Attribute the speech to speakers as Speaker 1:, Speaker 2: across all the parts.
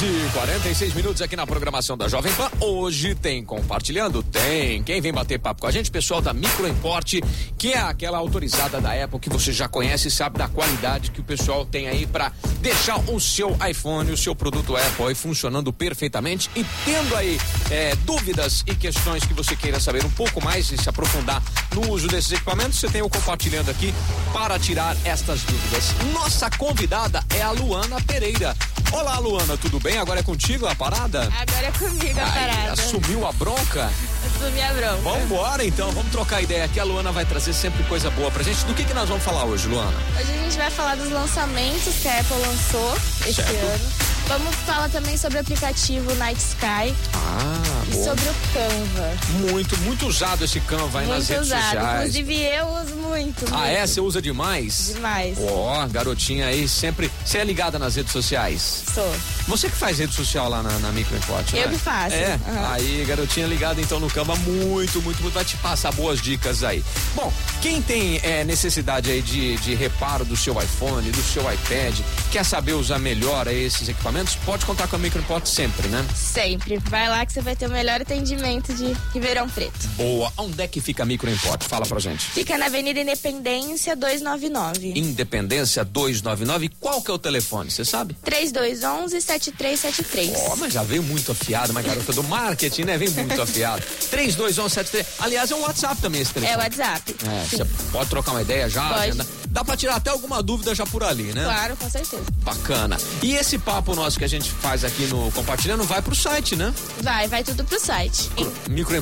Speaker 1: e 46 minutos aqui na programação da Jovem Pan. Hoje tem compartilhando? Tem. Quem vem bater papo com a gente? Pessoal da Microimporte, que é aquela autorizada da Apple que você já conhece e sabe da qualidade que o pessoal tem aí para deixar o seu iPhone, o seu produto Apple aí funcionando perfeitamente e tendo aí é, dúvidas e questões que você queira saber um pouco mais e se aprofundar no uso desses equipamentos, você tem o compartilhando aqui para tirar estas dúvidas. Nossa convidada é a Luana Pereira. Olá, Luana, tudo bem? Agora é contigo a parada?
Speaker 2: Agora é comigo a
Speaker 1: Ai,
Speaker 2: parada.
Speaker 1: assumiu a bronca?
Speaker 2: Assumi a bronca.
Speaker 1: Vambora então, vamos trocar ideia aqui. A Luana vai trazer sempre coisa boa pra gente. Do que, que nós vamos falar hoje, Luana?
Speaker 2: Hoje a gente vai falar dos lançamentos que a Apple lançou esse
Speaker 1: Certo.
Speaker 2: ano. Vamos falar também sobre o aplicativo Night Sky
Speaker 1: Ah,
Speaker 2: e sobre o Canva.
Speaker 1: Muito, muito usado esse Canva aí nas
Speaker 2: muito
Speaker 1: redes
Speaker 2: usado.
Speaker 1: sociais.
Speaker 2: Inclusive eu uso muito.
Speaker 1: Ah,
Speaker 2: muito.
Speaker 1: é? Você usa demais?
Speaker 2: Demais.
Speaker 1: Ó, garotinha aí, sempre. Você é ligada nas redes sociais?
Speaker 2: Sou.
Speaker 1: Você que faz rede social lá na, na Micro Import,
Speaker 2: Eu
Speaker 1: né?
Speaker 2: que faço.
Speaker 1: É.
Speaker 2: Aham.
Speaker 1: Aí, garotinha ligada então no Canva, muito, muito, muito. Vai te passar boas dicas aí. Bom, quem tem eh, necessidade aí de, de reparo do seu iPhone, do seu iPad, quer saber usar melhor aí esses equipamentos, pode contar com a Micro Import sempre, né?
Speaker 2: Sempre. Vai lá que você vai ter o melhor atendimento de Ribeirão Preto.
Speaker 1: Boa. Onde é que fica a Micro Import? Fala pra gente.
Speaker 2: Fica na Avenida Independência 299.
Speaker 1: Independência 299, qual que é o telefone? Você sabe?
Speaker 2: 3211 7373.
Speaker 1: Ó, mas já veio muito afiado, mas garota do marketing, né? Vem muito afiado. 321173. Aliás, é um WhatsApp também esse telefone.
Speaker 2: É o WhatsApp.
Speaker 1: É,
Speaker 2: Sim.
Speaker 1: você pode trocar uma ideia já?
Speaker 2: Pode.
Speaker 1: agendar. Dá pra tirar até alguma dúvida já por ali, né?
Speaker 2: Claro, com certeza.
Speaker 1: Bacana. E esse papo nosso que a gente faz aqui no Compartilhando vai pro site, né?
Speaker 2: Vai, vai tudo pro site.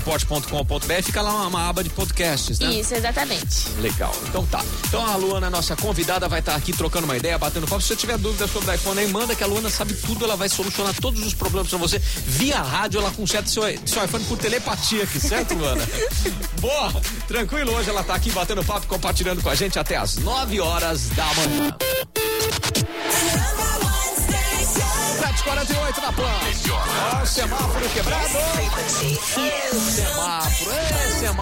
Speaker 1: microimport.com.br fica lá uma, uma aba de podcasts, né?
Speaker 2: Isso, exatamente.
Speaker 1: Legal, então tá. Então a Luana, nossa convidada, vai estar aqui trocando uma ideia, batendo papo. Se você tiver dúvida sobre o iPhone aí, manda que a Luana sabe tudo, ela vai solucionar todos os problemas pra você. Via rádio, ela conserta seu, seu iPhone por telepatia aqui, certo, Luana? Boa, tranquilo, hoje ela tá aqui batendo papo, compartilhando com a gente até as 9 horas da manhã. 7h48 na Pan. Ó, o semáforo quebrado. Semáforo, é, semáforo.